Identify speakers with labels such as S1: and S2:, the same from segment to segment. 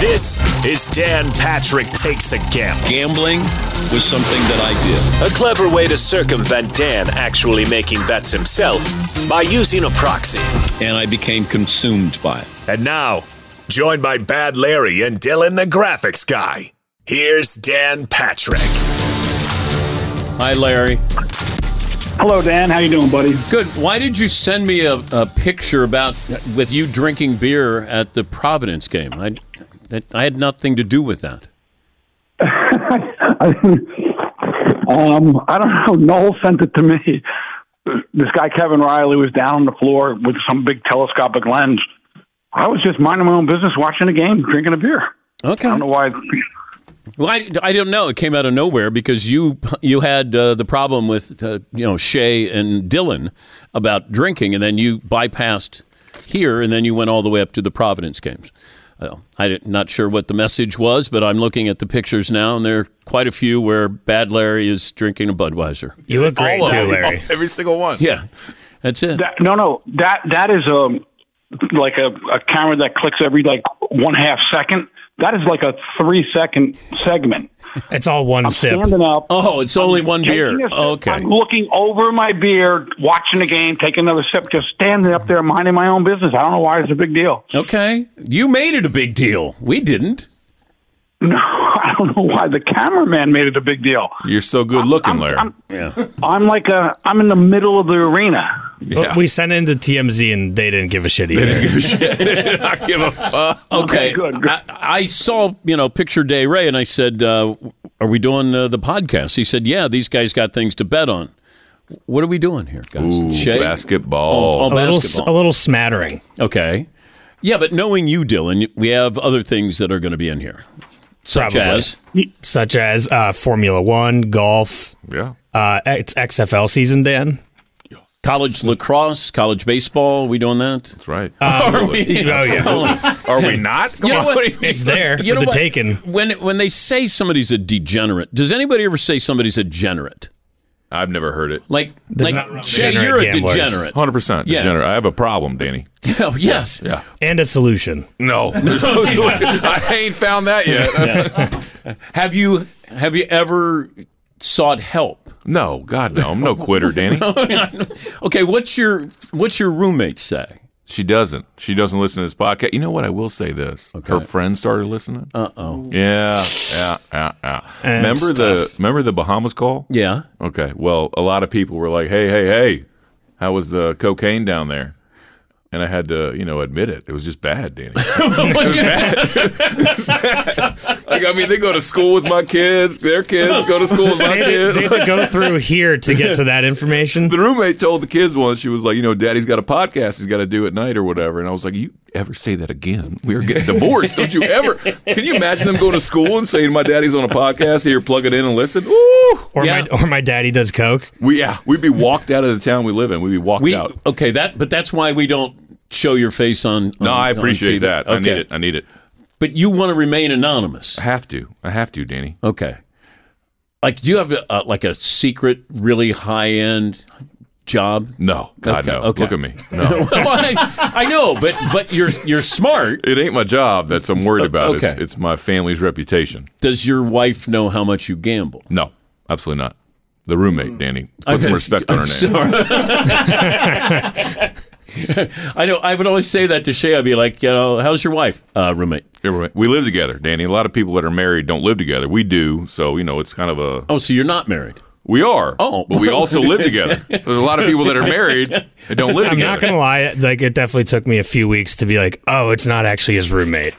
S1: This is Dan Patrick Takes a Gamble.
S2: Gambling was something that I did.
S1: A clever way to circumvent Dan actually making bets himself by using a proxy.
S2: And I became consumed by it.
S1: And now, joined by Bad Larry and Dylan the Graphics Guy, here's Dan Patrick.
S2: Hi, Larry.
S3: Hello, Dan. How you doing, buddy?
S2: Good. Why did you send me a, a picture about with you drinking beer at the Providence game? I, that, I had nothing to do with that.
S3: um, I don't know. Noel sent it to me. This guy Kevin Riley was down on the floor with some big telescopic lens. I was just minding my own business, watching a game, drinking a beer. I
S2: Okay.
S3: don't know why.
S2: Well, I, I don't know. It came out of nowhere because you you had uh, the problem with uh, you know Shay and Dylan about drinking, and then you bypassed here, and then you went all the way up to the Providence games. Well, I'm not sure what the message was, but I'm looking at the pictures now, and there are quite a few where Bad Larry is drinking a Budweiser.
S4: You look great too, Larry.
S5: Every single one.
S2: Yeah, that's it.
S3: That, no, no. That that is um like a, a camera that clicks every like one half second. That is like a three second segment.
S4: It's all one sip.
S3: Standing up.
S2: Oh, it's only one beer.
S3: Taking a sip.
S2: Okay.
S3: I'm looking over my beer, watching the game, taking another sip, just standing up there minding my own business. I don't know why it's a big deal.
S2: Okay. You made it a big deal. We didn't.
S3: No, I don't know why the cameraman made it a big deal.
S5: You're so good looking, Larry.
S3: I'm,
S2: Yeah.
S3: I'm like a, I'm in the middle of the arena.
S5: yeah.
S4: We sent it into TMZ and they didn't give a shit either.
S5: I give a fuck.
S2: Okay.
S3: good, good.
S2: I, I saw, you know, picture Day Ray and I said, uh, Are we doing uh, the podcast? He said, Yeah, these guys got things to bet on. What are we doing here, guys?
S5: Ooh,
S2: Shay?
S5: basketball.
S2: Oh,
S4: A little, s-
S2: basketball.
S4: a little smattering.
S2: Okay. Yeah, but knowing you, Dylan, we have other things that are going to be in here, such
S4: Probably.
S2: as
S4: such as uh, Formula One, golf.
S5: Yeah.
S4: Uh, it's XFL season, Dan.
S2: college lacrosse, college baseball. we doing that?
S5: That's right.
S2: Are we?
S4: Oh, yeah.
S5: Are we not? Come
S2: uh, You know
S5: on.
S2: what?
S5: what do you mean?
S4: It's there
S2: You
S4: for
S2: know
S4: the
S2: what?
S4: taking.
S2: When when they say somebody's a degenerate, does anybody ever say somebody's a generate?
S5: I've never heard it.
S2: Like,
S4: not really
S2: like Shay,
S4: degenerate
S2: you're a
S4: gamblers.
S2: degenerate.
S5: 100%
S2: Yeah.
S5: degenerate. I have a problem, Danny.
S2: Oh, yes.
S5: Yeah.
S4: And a solution.
S5: No. I ain't found that yet.
S2: Have you have you ever sought help?
S5: No, God, no. I'm no quitter, Danny.
S2: okay, what's your what's your roommate say?
S5: She doesn't. She doesn't listen to this podcast. You know what? I will say this. Her friends started listening. Uh oh. Yeah. Yeah. Yeah. yeah. remember the remember the Bahamas call?
S2: Yeah.
S5: Okay. Well, a lot of people were like, "Hey, hey, hey, how was the cocaine down there?"
S6: and I had to, you know, admit it. It was just bad, Danny. like I mean, they go to school with my kids. Their kids go to school with my
S4: they, had
S6: kids.
S4: to- they had to go through here to get to that information.
S6: The roommate told the kids once, she was like, you know, daddy's got a podcast he's got to do at night or whatever. And I was like, you ever say that again? We are getting divorced. Don't you ever? Can you imagine them going to school and saying, my daddy's on a podcast here, plug it in and listen? Ooh.
S4: Or
S2: Yeah.
S4: my or my daddy does coke.
S6: We, yeah, we'd be walked out of the town we live in. We'd be walked
S2: We Oh,
S6: out.
S2: okay that, but that's why we don't show your face on.
S6: No,
S2: on-
S6: I
S2: on TV.
S6: appreciate that.
S2: Okay.
S6: I need it. I need it.
S2: But you want to remain anonymous.
S6: I have to. I have to, Danny.
S2: Okay. Like, do you have a, like a secret, really high end job?
S6: No, God,
S2: Okay,
S6: no.
S2: okay.
S6: Look at me. No.
S2: well, I, I know, but but you're you're smart.
S6: It ain't my job that's I'm worried about. It's,
S2: Okay.
S6: it's my family's reputation.
S2: Does your wife know how much you gamble?
S6: No, absolutely not. The roommate, Danny. Put some respect on her name.
S2: I know. I would always say that to Shay. I'd be like, you know, how's your wife, uh, roommate?
S6: Yeah, right. We live together, Danny. A lot of people that are married don't live together. We do, so you know it's kind of a
S2: Oh, so you're not married?
S6: we are.
S2: Oh.
S6: but we also live together. So there's a lot of people that are married that don't live
S4: I'm
S6: together.
S4: not gonna lie, like it definitely took me a few weeks to be like, oh, it's not actually his roommate.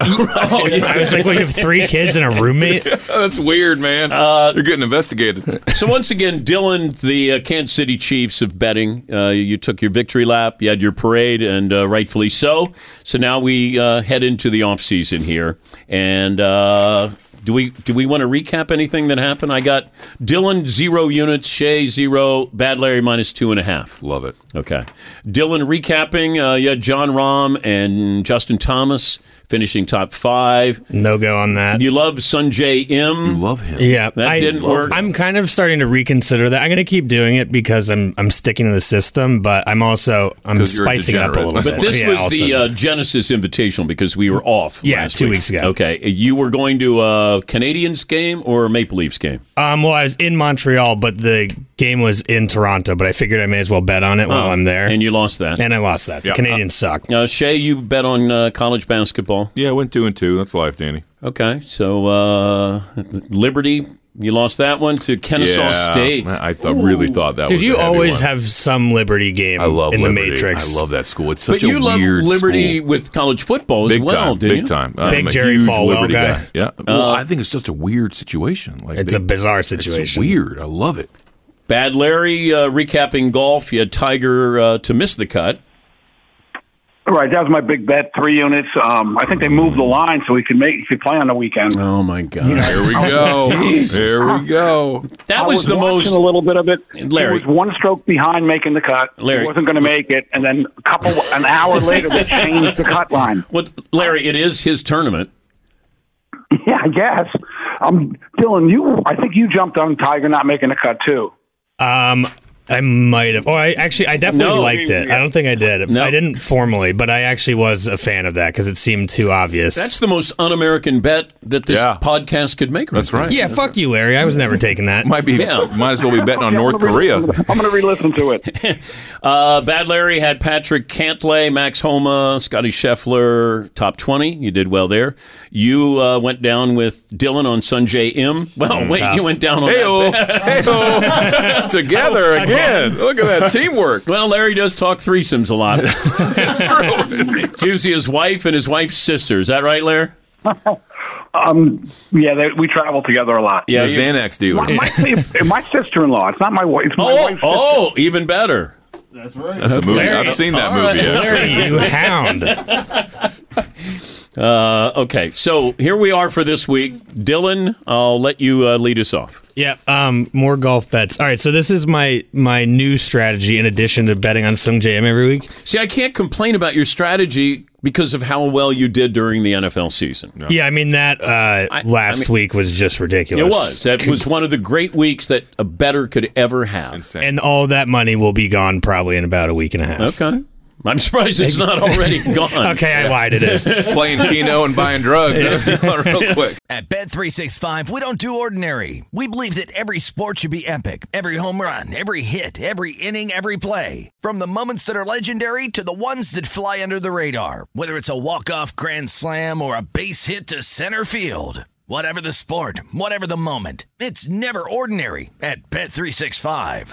S2: Oh,
S4: I was like, well, you have three kids and a roommate.
S6: That's weird, man.
S4: Uh,
S6: You're getting investigated.
S2: So once again, Dylan, the uh, Kansas City Chiefs of betting, uh, you took your victory lap, you had your parade, and uh, rightfully so. So now we uh, head into the off season here, and uh, do we do we want to recap anything that happened? I got Dylan zero units, Shay zero, Bad Larry minus two and a half.
S6: Love it.
S2: Okay, Dylan recapping. Uh, you had John Rahm and Justin Thomas finishing top five.
S4: No go on that.
S2: You love Sunjay M.
S6: Love him.
S4: Yeah,
S2: That
S4: I,
S2: didn't work.
S4: I'm kind of starting to reconsider that. I'm going to keep doing it because I'm I'm sticking to the system, but I'm also I'm
S6: 'Cause you're a
S4: spicing it up a
S6: degenerate.
S4: little
S2: But
S4: bit.
S2: this
S4: Yeah,
S2: was
S4: also.
S2: the uh, Genesis Invitational because we were off.
S4: Yeah,
S2: last
S4: two
S2: week.
S4: weeks ago.
S2: Okay, you were going to a Canadians game or a Maple Leafs game.
S6: uh,
S4: um, well, I was in Montreal, but the game was in Toronto. But I figured I may as well bet on it
S6: Oh,
S4: while I'm there,
S2: and
S4: and,
S2: you lost that.
S4: I lost that. The Canadians suck.
S2: uh, Shay, you bet on uh, college basketball.
S6: Yeah, I went two and two. That's life, Danny.
S2: Okay, so uh, Liberty, you lost that one to Kennesaw
S6: yeah,
S2: State.
S6: Man, I th- really thought that.
S4: Dude,
S6: was
S4: you
S6: a heavy
S4: always
S6: one.
S4: have some Liberty game
S6: I love
S4: in
S6: Liberty.
S4: the Matrix.
S6: I love that school. It's such
S2: but you
S6: a
S2: love
S6: weird
S2: Liberty
S6: school.
S2: with college football as
S6: Big
S2: well,
S6: time,
S2: didn't
S6: big
S2: you?
S6: time. I'm
S4: Big
S6: a
S4: Jerry
S6: huge
S4: Falwell
S6: Liberty
S4: guy.
S6: Yeah, well, I think it's just a weird situation. Like
S4: It's
S6: they-
S4: a bizarre
S6: It's
S4: situation.
S6: weird. I love it.
S2: Bad Larry uh, recapping golf. You had Tiger uh, to miss the cut.
S3: Right, that was my big bet, three units. Um, I think they moved the line so he could make he could play on the weekend.
S2: Oh my God!
S6: Here we go. Here we go.
S2: That
S3: I
S2: was, the
S3: watching
S2: most.
S3: a little bit of it.
S2: Larry.
S3: he was one stroke behind making the cut.
S2: Larry.
S3: he wasn't going to make it, and then a couple an hour later they changed the cut line.
S2: What, Larry? It is his tournament.
S3: Yeah, I guess. Um, Dylan, you I think you jumped on Tiger not making the cut too.
S4: Um, I might have. Oh, I actually, I definitely
S2: No.
S4: liked it. I don't think I did.
S2: No.
S4: I didn't formally, but I actually was a fan of that because it seemed too obvious.
S2: That's the most un-American bet that this
S6: Yeah.
S2: podcast could make.
S6: That's
S2: now.
S6: right.
S4: yeah, fuck you, Larry. I was never taking that.
S6: Might be.
S2: Yeah.
S6: Might as well be betting on North Korea.
S3: I'm going to re-listen to it.
S2: Uh, Bad Larry had Patrick Cantlay, Max Homa, Scotty Scheffler, top twenty. You did well there. You uh, went down with Dylan on Sunjay M. Well, wait,
S4: tough.
S2: you went down on. that.
S6: Heyo, heyo, together again. Look at that teamwork.
S2: Well, Larry does talk threesomes a lot.
S6: It's true.
S2: Juicy, his wife, and his wife's sister. Is that right, Larry?
S3: Um, yeah, they, we travel together a lot.
S6: The
S2: Yeah. you-
S6: Xanax dealer.
S3: My, my, my sister-in-law. It's not my wife. It's my
S2: oh,
S3: wife's
S2: oh, even better.
S6: That's a movie. I've seen that
S2: All right.
S6: movie. actually.
S4: Larry, you hound.
S2: Uh, okay, so here we are for this week. Dylan, I'll let you uh, lead us off.
S4: Yeah, um, more golf bets. All right, so this is my my new strategy in addition to betting on Sung JM every week.
S2: See, I can't complain about your strategy because of how well you did during the NFL season.
S4: Yeah, I mean that uh, last week was just ridiculous.
S2: It was. That was one of the great weeks that a better could ever have.
S6: Insane.
S4: and all that money will be gone probably in about a week and a half.
S2: Okay. I'm surprised it's not already gone.
S4: Okay, I lied. It is.
S6: Playing Keno and buying drugs. Real quick.
S7: At Bet365, we don't do ordinary. We believe that every sport should be epic. Every home run, every hit, every inning, every play. From the moments that are legendary to the ones that fly under the radar. Whether it's a walk-off grand slam or a base hit to center field. Whatever the sport, whatever the moment, it's never ordinary at Bet365.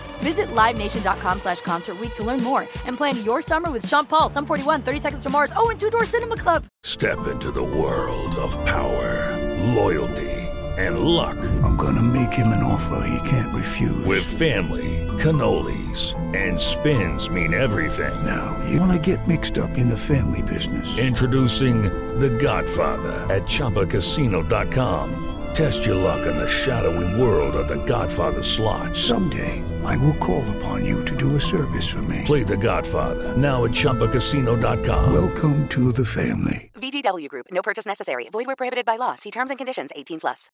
S8: Visit LiveNation.com slash Concert Week to learn more and plan your summer with Sean Paul, Sum 41, 30 Seconds to Mars, oh, and Two Door Cinema Club.
S5: Step into the world of power, loyalty, and luck.
S9: I'm going to make him an offer he can't refuse.
S5: With family, cannolis, and spins mean everything.
S9: Now, you want to get mixed up in the family business.
S5: Introducing The Godfather at ChumbaCasino.com. Test your luck in the shadowy world of The Godfather slot.
S9: Someday, I will call upon you to do a service for me.
S5: Play The Godfather now at ChumbaCasino.com.
S9: Welcome to the family.
S10: VGW Group. No purchase necessary. Void where prohibited by law. See terms and conditions. 18 plus.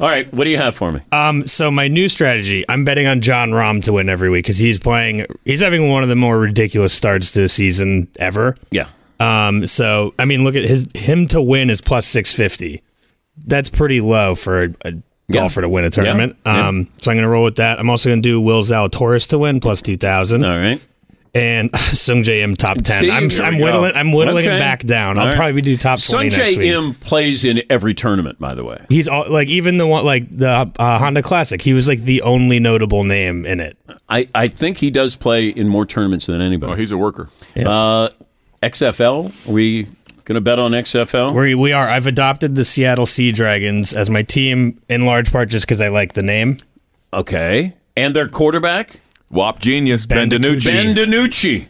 S2: All right, what do you have for me?
S4: Um, so my new strategy, I'm betting on John Rahm to win every week because he's playing. He's having one of the more ridiculous starts to a season ever.
S2: Yeah.
S4: Um, so I mean, look at his him to win is plus six fifty. That's pretty low for a, a
S2: Yeah.
S4: golfer to win a tournament.
S2: yeah.
S4: Um, so I'm gonna roll with that. I'm also gonna do Will Zalatoris to win plus two thousand.
S2: All right.
S4: and Sung J M top ten.
S2: See,
S4: I'm
S2: here we
S4: I'm
S2: go.
S4: whittling I'm whittling
S2: Okay.
S4: it back down.
S2: All
S4: I'll
S2: right.
S4: probably do top twenty
S2: Sung
S4: next week.
S2: J M plays in every tournament, by the way.
S4: He's all like even the one like the uh, Honda Classic. He was like the only notable name in it.
S2: I, I think he does play in more tournaments than
S6: Oh,
S2: anybody.
S6: he's a worker.
S2: uh, XFL, we going to bet on XFL?
S4: We we are. I've adopted the Seattle Sea Dragons as my team in large part just because I like the name.
S2: okay. And their quarterback?
S6: WAP genius, Ben
S4: Ben
S6: DiNucci.
S2: Ben DiNucci.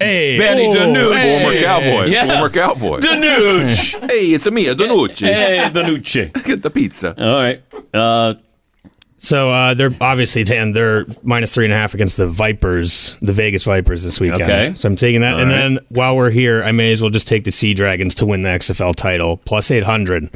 S4: Hey,
S2: Benny
S4: oh,
S2: DiNucci.
S6: Former
S2: Hey.
S6: cowboy.
S2: Yeah.
S6: Former cowboy.
S2: DiNucci.
S6: hey, it's a me, a DiNucci.
S2: hey, DiNucci.
S6: Get the pizza.
S2: All right. Uh,
S4: So uh, they're obviously Dan. They're minus three and a half against the Vipers, the Vegas Vipers this weekend.
S2: Okay.
S4: So I'm taking that.
S2: All
S4: and
S2: right.
S4: then while we're here, I may as well just take the Sea Dragons to win the XFL title plus eight hundred.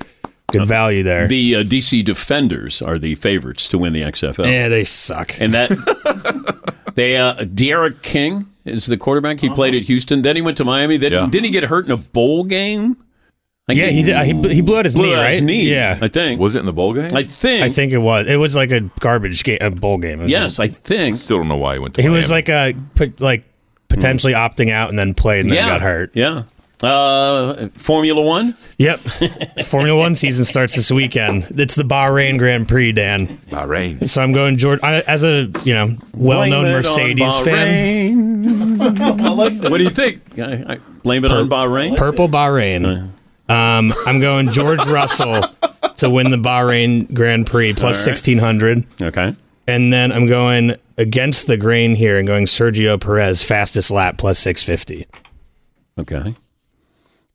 S4: Good value there.
S2: the uh, DC Defenders are the favorites to win the XFL.
S4: yeah, they suck.
S2: uh, and that they uh, Derek King is the quarterback. He played at Houston. Then he went to Miami. Then
S6: Uh-huh. Yeah.
S2: didn't he get hurt in a bowl game? I
S4: Yeah, he did- he bl- he blew out his knee,
S2: out his
S4: right?
S2: knee,
S4: Yeah.
S2: I think.
S6: Was it in the bowl game?
S2: I think.
S4: I think it was. It was like a garbage game, a bowl game. It was
S2: Yes, I think.
S6: Still don't know why he went to
S4: He was
S6: Miami.
S4: like a put like potentially opting out and then played and then
S2: yeah.
S4: got hurt.
S2: Yeah. Uh, Formula One.
S4: Yep. Formula One season starts this weekend. It's the Bahrain Grand Prix, Dan.
S6: Bahrain.
S4: So I'm going George I, as a you know well known
S2: Blame it on
S4: Mercedes fan.
S2: Bahrain. what do you think? I, I blame it on Bahrain.
S4: Purple Bahrain. Um, I'm going George Russell to win the Bahrain Grand Prix plus
S2: All right.
S4: 1600,
S2: okay.
S4: and then I'm going against the grain here and going Sergio Perez fastest lap plus 650.
S2: Okay.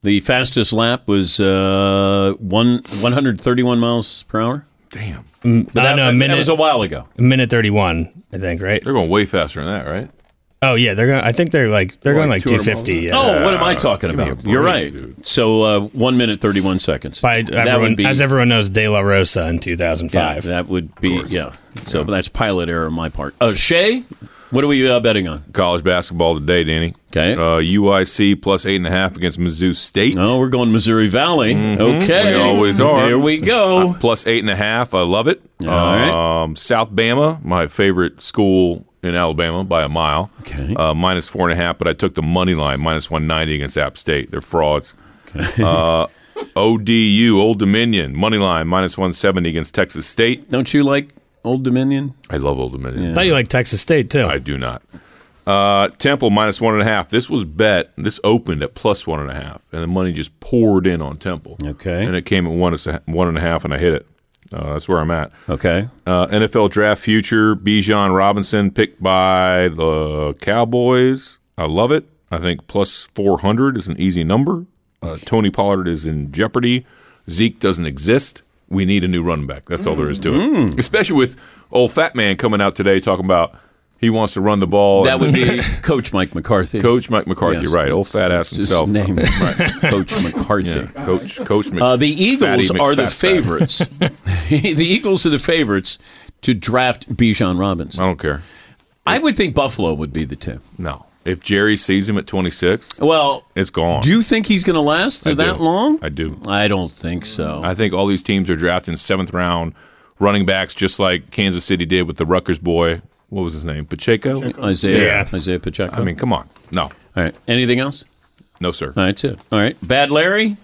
S2: The fastest lap was uh, one 131 miles per hour.
S6: Damn.
S4: I don't know, a
S2: That
S4: minute
S2: was a while ago.
S4: minute 31 i think right
S6: They're going way faster than that, right?
S4: oh yeah they're going i think they're like they're going like
S6: 200 miles
S4: 250 yeah.
S2: oh, what am I talking about? You're right. So uh, one minute thirty-one seconds. Uh,
S4: by everyone,
S2: be-
S4: as everyone knows de la rosa in
S2: yeah,
S4: 2005
S2: that would be yeah. So that's pilot error on my part. Uh, Shay, what are we uh, betting on?
S6: College basketball today, Danny.
S2: Okay.
S6: Uh, UIC plus eight and a half against Mizzou State.
S2: Oh, we're going Missouri Valley. Okay,
S6: Mm-hmm. We always are.
S2: Here we go.
S6: Uh, Plus eight and a half. I love it.
S2: All right.
S6: um, South Bama, my favorite school in Alabama by a mile.
S2: Okay.
S6: Uh, minus four and a half, but I took the money line, minus 190 against App State. They're frauds. uh, ODU, Old Dominion, money line, minus 170 against Texas State.
S2: Don't you like Old Dominion?
S6: I love Old Dominion.
S4: I thought you liked texas state too
S6: I do not. Uh, Temple minus one and a half. This was bet. This opened at plus one and a half, and the money just poured in on Temple.
S2: Okay.
S6: and it came at one, as- one and a half, and I hit it. Uh, that's where I'm at.
S2: Okay.
S6: Uh, NFL draft future Bijan Robinson picked by the Cowboys. I love it. I think plus 400 is an easy number. Uh, Tony Pollard is in jeopardy. Zeke doesn't exist. We need a new running back. That's all there is to it.
S2: Mm.
S6: Especially with old fat man coming out today talking about he wants to run the ball.
S2: That would be Coach Mike McCarthy.
S6: Coach Mike McCarthy,
S2: Yes.
S6: right? Old fat ass
S2: His
S6: himself.
S2: name.
S6: right?
S2: Coach McCarthy.
S6: Yeah, Coach Coach Mc,
S2: Uh, the Eagles
S6: Fatty
S2: are the
S6: McFat Fat.
S2: favorites. the Eagles are the favorites to draft Bijan Robinson.
S6: I don't care.
S2: I would think Buffalo would be the two.
S6: No, if Jerry sees him at 26,
S2: well,
S6: it's gone.
S2: Do you think he's going to last
S6: I
S2: through that
S6: do.
S2: long?
S6: I do.
S2: I don't think so.
S6: I think all these teams are drafting seventh round running backs, just like Kansas City did with the Rutgers boy. What was his name? Pacheco.
S2: Isaiah Isaiah Pacheco.
S6: I mean, come on. No. All
S2: right. Anything else?
S6: No, sir.
S2: That's it. All right. Bad Larry,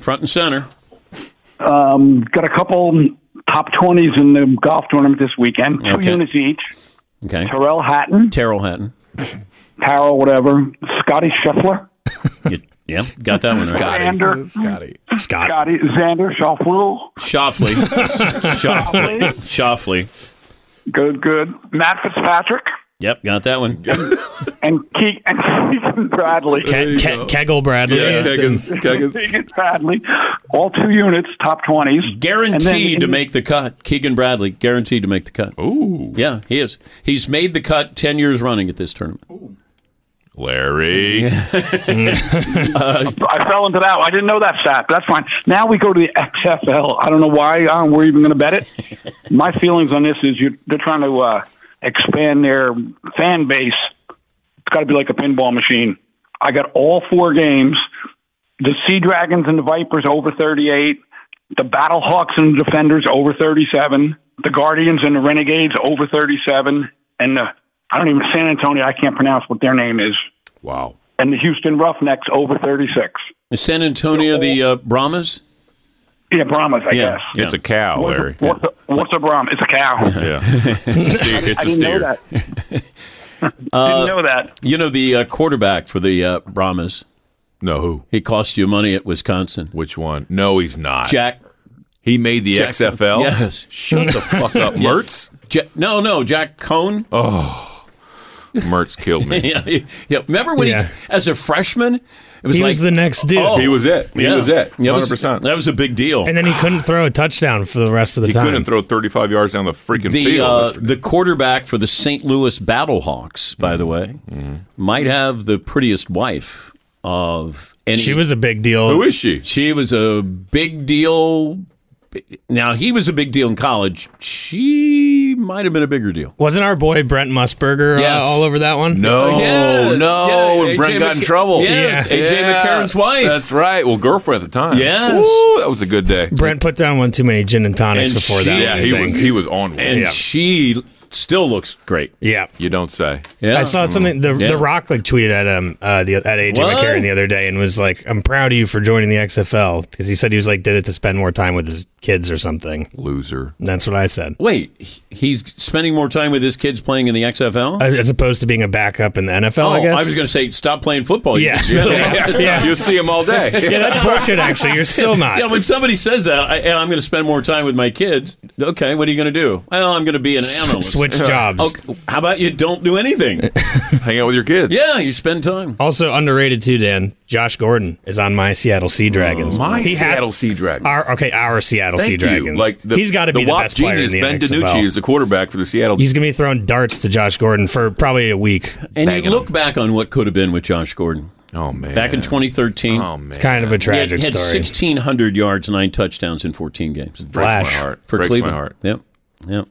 S2: front and center.
S3: Um, got a couple top 20s in the golf tournament this weekend, two
S2: Okay.
S3: units each.
S2: Okay.
S3: Terrell Hatton,
S2: Terrell Hatton.
S3: Terrell, whatever, Scotty Scheffler,
S2: Yeah, got that one right.
S3: Xander,
S6: Scotty,
S4: Scott.
S3: Scotty, Xander Schauffele,
S2: Shoffley. Shoffley. Shoffley.
S3: good, good, Matt Fitzpatrick,
S2: Yep, got that one.
S3: and, Ke- and Keegan Bradley.
S4: Ke- Ke- Kegel Bradley.
S6: Yeah, Keggins. Keggins.
S3: Keegan Bradley, all two units, top 20s. And then
S2: Guaranteed
S3: in-
S2: to make the cut. Keegan Bradley, guaranteed to make the cut.
S6: Ooh.
S2: Yeah, he is. He's made the cut 10 years running at this tournament.
S6: Larry.
S3: I fell into that. one. I didn't know that stat, but that's fine. Now we go to the XFL. I don't know why um, we're even going to bet it. My feelings on this is you, they're trying to uh, expand their fan base. It's got to be like a pinball machine. I got all four games. The Sea Dragons and the Vipers over 38. The Battle Hawks and the Defenders over 37. The Guardians and the Renegades over 37. And the, I don't even, San Antonio, I can't pronounce what their name is.
S6: Wow.
S3: And the Houston Roughnecks over 36.
S2: Is San Antonio the uh, Brahmas?
S3: Yeah, Brahmas, I
S2: Yeah.
S3: guess.
S6: It's a cow, Larry.
S3: What's a, what's a Brahma? It's a cow.
S6: Yeah. It's a steer. It's
S3: I
S6: a
S3: didn't know
S6: steer.
S3: that.
S2: Uh,
S3: didn't know that.
S2: You know the uh, quarterback for the uh, Brahmas?
S6: No, who?
S2: He cost you money at Wisconsin.
S6: Which one? No, he's not.
S2: Jack.
S6: He made the
S2: Jack-
S6: XFL.
S2: Yes.
S6: Oh. Shut the Oh. fuck up, Mertz.
S2: Ja- no, no, Jack Cohn.
S6: Mertz killed me.
S2: yeah, yeah. yeah. Remember when
S4: Yeah.
S2: he, as a freshman, it was
S4: He
S2: like
S4: was the next dude.
S2: Oh,
S6: He was it. He
S2: yeah.
S6: was it.
S2: Yeah,
S6: Hundred percent.
S2: That was a big deal.
S4: And then he couldn't throw a touchdown for the rest of the
S6: He
S4: time.
S6: couldn't throw 35 yards down the freaking
S2: the
S6: field.
S2: uh,
S6: yesterday.
S2: the quarterback for the St. Louis Battlehawks, by
S6: Mm-hmm.
S2: the way, might have the prettiest wife of any.
S4: she was a big deal.
S6: Who is she?
S2: She was a big deal. Now he was a big deal in college. She might have been a bigger deal.
S4: Wasn't our boy Brent Musburger uh,
S2: Yes.
S4: all over that one?
S6: No,
S2: Uh, Yes,
S6: Oh, no.
S2: yeah,
S6: and Brent
S2: AJ
S6: got in
S2: McC-
S6: trouble.
S2: Yes,
S6: Yeah.
S2: AJ McCarron's wife.
S6: That's right. Well, girlfriend at the time.
S2: Yes.
S6: Ooh, that was a good day.
S4: Brent put down one too many gin and tonics
S2: And
S4: before
S2: she-
S4: that.
S6: yeah,
S4: one, I
S6: he
S4: think.
S6: was he was on one.
S2: and
S4: Yeah.
S2: she still looks great.
S4: Yeah.
S6: you don't say.
S2: Yeah,
S4: I saw something. The,
S2: Yeah.
S4: the Rock like tweeted at um uh, the, at AJ
S2: What?
S4: McCarron the other day and was like, "I'm proud of you for joining the XFL" because he said he was like did it to spend more time with his kids or something.
S6: Loser.
S4: And that's what I said,
S2: Wait, he- he's spending more time with his kids playing in the XFL.
S4: Uh, as opposed to being a backup in the NFL. I guess
S2: Oh, was going to say stop playing football. You
S4: Yeah.
S2: can spend a lot of
S6: Yeah.
S2: time-
S4: Yeah.
S6: You'll see him all day.
S4: yeah, that's bullshit. Actually, you're still not.
S2: Yeah, when somebody says that, I, and I'm going to spend more time with my kids. Okay, what are you going to do? Well, I'm going to be an analyst.
S4: Switch jobs.
S2: Okay, how about you don't do anything?
S6: Hang out with your kids.
S2: yeah, you spend time.
S4: Also underrated too, Dan. Josh Gordon is on my Seattle Sea Dragons.
S6: My
S4: He has-
S6: Seattle Sea Dragons.
S4: Our okay, our Seattle
S6: Thank
S4: Sea
S6: you.
S4: Dragons.
S6: Like the,
S4: he's got to be the
S6: WAP
S4: best player in
S6: genius
S4: the
S6: Ben
S4: XFL.
S6: DiNucci is the quarterback for the Seattle.
S4: He's gonna be throwing darts to Josh Gordon for probably a week.
S2: And
S6: Banging
S2: you look back on what could have been with Josh Gordon
S6: oh man.
S2: back in 2013.
S6: Oh man.
S4: Kind of a
S2: he had,
S4: tragic
S2: he had
S4: story.
S2: 1,600 yards, nine touchdowns in 14 games
S6: Breaks
S4: Flash.
S6: my heart.
S2: for
S6: Breaks
S2: Cleveland.
S6: my heart.
S2: Yep, yep.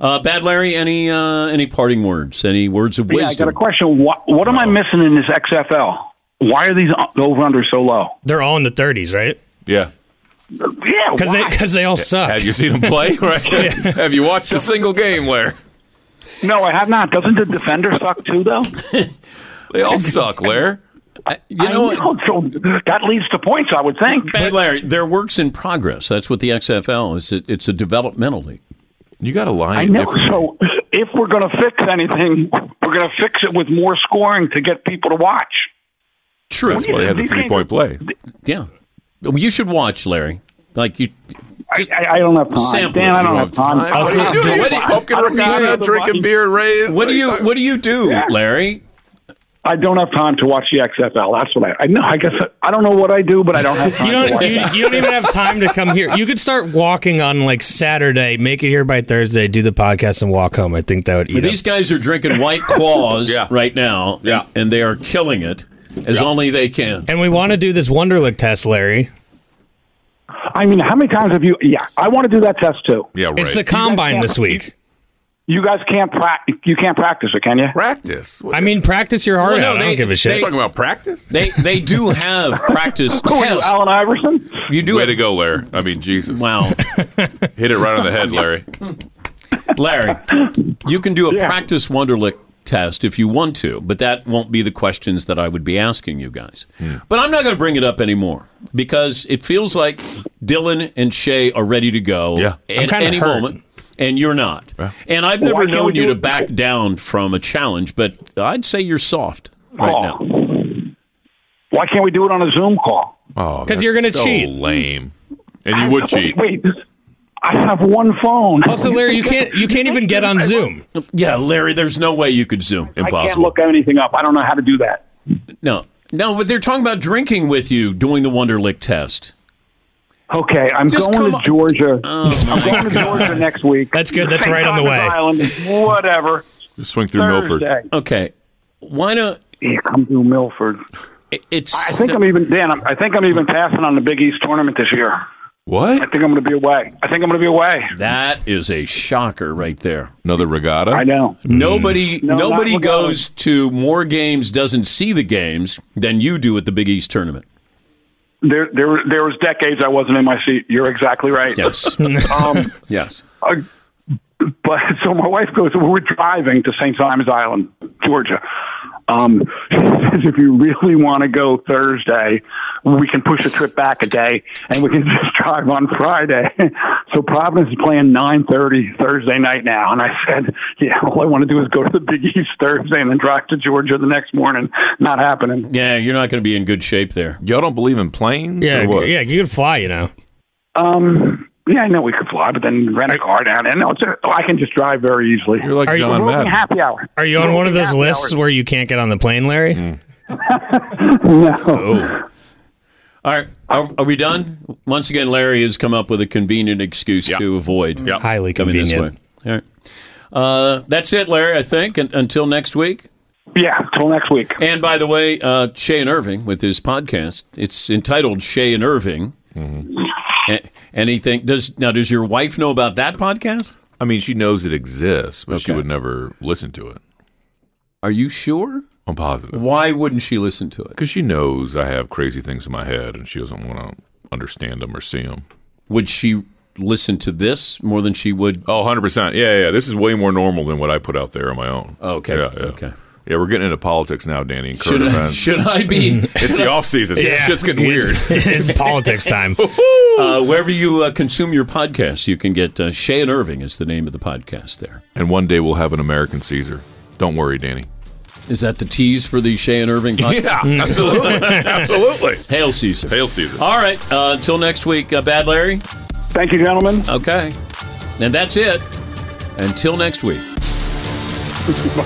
S2: Uh, Bad Larry, any uh, any parting words? Any words of
S3: Yeah, I got
S2: wisdom?
S3: a question. What, what am I missing in this XFL? Why are these over unders so low?
S4: They're all in the 30s, right?
S6: Yeah.
S3: Yeah,
S4: Because they
S3: why?
S4: because they all suck.
S6: Have you seen him play? Right. Have you watched a single game, Larry?
S3: no, I have not. Doesn't the defender suck too, though?
S6: They all suck, Larry.
S2: I- you know,
S3: I
S2: what?
S3: So that leads to points, I would think.
S2: Bad Larry, they're works in progress. That's what the XFL is. It, it's a developmental league.
S6: You got to line
S3: I
S6: it
S3: know.
S6: differently.
S3: So if we're going to fix anything, we're going to fix it with more scoring to get people to watch.
S2: True.
S6: That's why they had the
S3: These games
S6: three point play.
S2: Yeah. You should watch, Larry. Like you,
S3: I, I don't have time.
S2: Sample it.
S3: Dan, I
S2: You
S3: don't have
S2: have
S3: time.
S2: time. What do you do? What do you- pumpkin
S3: I don't need
S2: ricotta,
S3: to
S2: drinking
S3: watch-
S2: beer, What do you What do you do, Larry?
S3: I don't have time to watch the XFL. That's what I. I know. I guess I, I don't know what I do, but I don't have time.
S4: You
S3: to
S4: don't,
S3: watch
S4: you,
S3: that.
S4: you don't even have time to come here. You could start walking on like Saturday, make it here by Thursday, do the podcast, and walk home. I think that would eat
S2: These guys are drinking White Claws right now, yeah. and they are killing it as only they can.
S4: up. And we want to do this Wonderlick test, Larry.
S3: I mean, how many times have you? Yeah, I want to do that test too.
S6: Yeah,
S4: It's the combine this week.
S3: You guys can't practice. You can't practice it, can you?
S6: Practice.
S4: I mean, practice your heart
S2: Well, no,
S4: out. I
S2: they-
S4: don't give a shit.
S2: they- Talking about
S6: practice?
S2: They They do have practice
S3: Who are you,
S2: tests.
S3: Allen Iverson?
S2: You do
S6: Way to go, Larry. I mean, Jesus.
S2: Wow.
S6: Hit it right on the head, Larry.
S2: Larry, you can do a practice Wonderlick test if you want to, but that won't be the questions that I would be asking you guys.
S4: Hmm.
S2: But I'm not going to bring it up anymore because it feels like Dylan and Shay are ready to go yeah.
S4: I'm
S2: at
S4: kinda
S2: any
S4: hurt.
S2: moment, and you're not. And I've
S4: Well,
S2: never
S4: why can't we
S2: known you
S4: do
S2: to
S4: it-
S2: back down from a challenge, but I'd say you're soft right now.
S3: Why can't we do it on a Zoom call?
S6: Oh,
S4: 'Cause you're that's gonna so cheat.
S6: Lame. And you would cheat.
S3: Wait, I have one phone.
S4: Also, Larry, you can't you can't even get on Zoom.
S2: Yeah, Larry, there's no way you could Zoom.
S3: I can't look anything up. I don't know how to do that.
S2: No, no, but they're talking about drinking with you doing the Wonderlick test.
S3: Okay, I'm
S2: Just come
S3: going to
S2: on.
S3: Georgia.
S2: Oh, my
S3: I'm going to Georgia next week.
S4: Uh, That's good. That's
S3: St.
S4: right on the way.
S3: Thomas Island, whatever.
S6: swing through Milford.
S3: Thursday.
S2: Okay, why not?
S3: Yeah, come through Milford.
S2: it- It's
S3: I think I'm even Dan. I'm, I think I'm even passing on the Big East tournament this year.
S6: What?
S3: I think I'm going to be away. I think I'm going to be away.
S2: That is a shocker right there.
S6: Another regatta?
S3: I know.
S2: Nobody
S3: No, not
S2: nobody
S3: Lugano.
S2: goes to more games, doesn't see the games than you do at the Big East tournament.
S3: There, there, were- there was decades I wasn't in my seat. You're exactly right.
S2: Yes.
S3: Um,
S2: yes.
S3: Uh, but so my wife goes, we were driving to St. Simons Island, Georgia. Um, she says, if you really want to go Thursday, we can push the trip back a day and we can just drive on Friday. so Providence is playing 9.30 Thursday night now. And I said, yeah, all I want to do is go to the Big East Thursday and then drive to Georgia the next morning. Not happening.
S2: Yeah, you're not going to be in good shape there.
S6: Y'all don't believe in planes
S4: Yeah,
S6: or what?
S4: yeah, you can fly. You know,
S3: Um, yeah, I know we could fly, but then rent a car down. And no, it's a, I can just drive very easily.
S6: You're like
S4: Are you-
S6: John
S3: Roving
S6: Madden.
S3: happy hour.
S4: are you on
S3: Roving
S4: one of those
S3: happy
S4: lists
S3: hour.
S4: where you can't get on the plane, Larry?
S3: No.
S2: Oh. All right. Are, are we done? Once again, Larry has come up with a convenient excuse to avoid
S4: Highly
S2: coming this way.
S4: convenient.
S2: All right. Uh, that's it, Larry, I think, un until next week.
S3: Yeah, till next week.
S2: And by the way, uh, Shay and Irving with his podcast, it's entitled Shay and Irving. A- anything does now? Does your wife know about that podcast?
S6: I mean, she knows it exists, but she
S2: Okay.
S6: would never listen to it.
S2: Are you sure?
S6: I'm positive.
S2: Why wouldn't she listen to it?
S6: Because she knows I have crazy things in my head and she doesn't want to understand them or see them.
S2: Would she listen to this more than she would?
S6: Oh, 100%. Yeah, yeah. This is way more normal than what I put out there on my own.
S2: Oh, Okay,
S6: Yeah, yeah.
S2: okay.
S6: Yeah, we're getting into politics now, Danny, and current
S2: Should I,
S6: events.
S2: should I be
S6: It's the off season. Shit's getting weird.
S4: it's politics time.
S2: uh, wherever you uh, consume your podcast? You can get uh, Shay and Irving is the name of the podcast. There
S6: And one day we'll have an American Caesar. Don't worry, Danny.
S2: is that the tease for the Shay and Irving podcast.
S6: absolutely. absolutely.
S2: Hail season.
S6: Hail Caesar.
S2: All right. Uh, until next week, uh, Bad Larry.
S3: Thank you, gentlemen.
S2: Okay. And that's it. Until next week.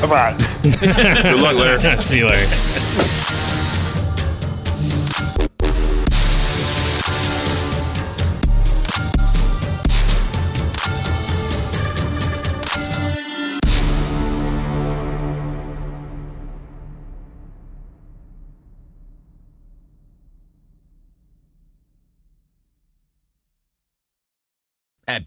S3: Bye bye.
S6: Good luck, Larry.
S4: See you, Larry.
S7: At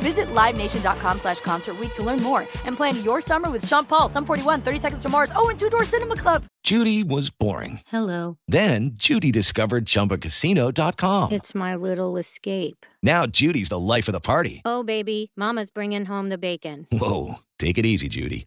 S8: Visit LiveNation.com slash Concert Week to learn more and plan your summer with Sean Paul, Sum 41, 30 Seconds to Mars, oh, and Two Door Cinema Club.
S7: Judy was boring.
S11: Hello.
S7: Then Judy discovered ChumbaCasino.com.
S11: It's my little escape.
S7: Now Judy's the life of the party.
S11: Oh, baby, Mama's bringing home the bacon.
S7: Whoa, take it easy, Judy.